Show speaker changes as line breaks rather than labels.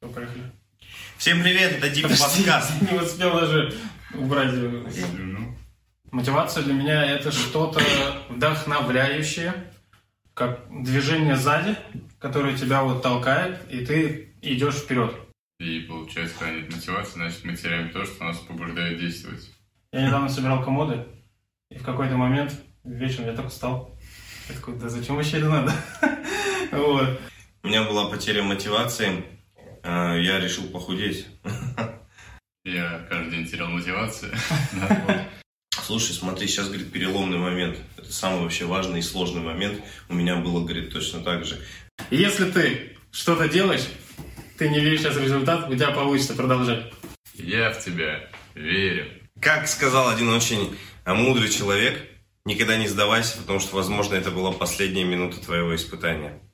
Ну, поехали.
Всем привет, это Дип
Подожди,
Подкаст.
Не успел даже убрать. его.
Ну,
Мотивация для меня это что-то вдохновляющее, как движение сзади, которое тебя вот толкает, и ты идешь вперед.
И получается, когда нет мотивации, значит мы теряем то, что нас побуждает действовать.
Я недавно собирал комоды, и в какой-то момент вечером я так устал. Я такой, да зачем вообще это надо? Вот.
У меня была потеря мотивации, э, я решил похудеть.
Я каждый день терял мотивацию. Да, вот.
Слушай, смотри, сейчас, говорит, переломный момент. Это самый вообще важный и сложный момент. У меня было, говорит, точно так же.
Если ты что-то делаешь, ты не видишь сейчас результат, у тебя получится продолжать.
Я в тебя верю.
Как сказал один очень э, мудрый человек, никогда не сдавайся, потому что, возможно, это была последняя минута твоего испытания.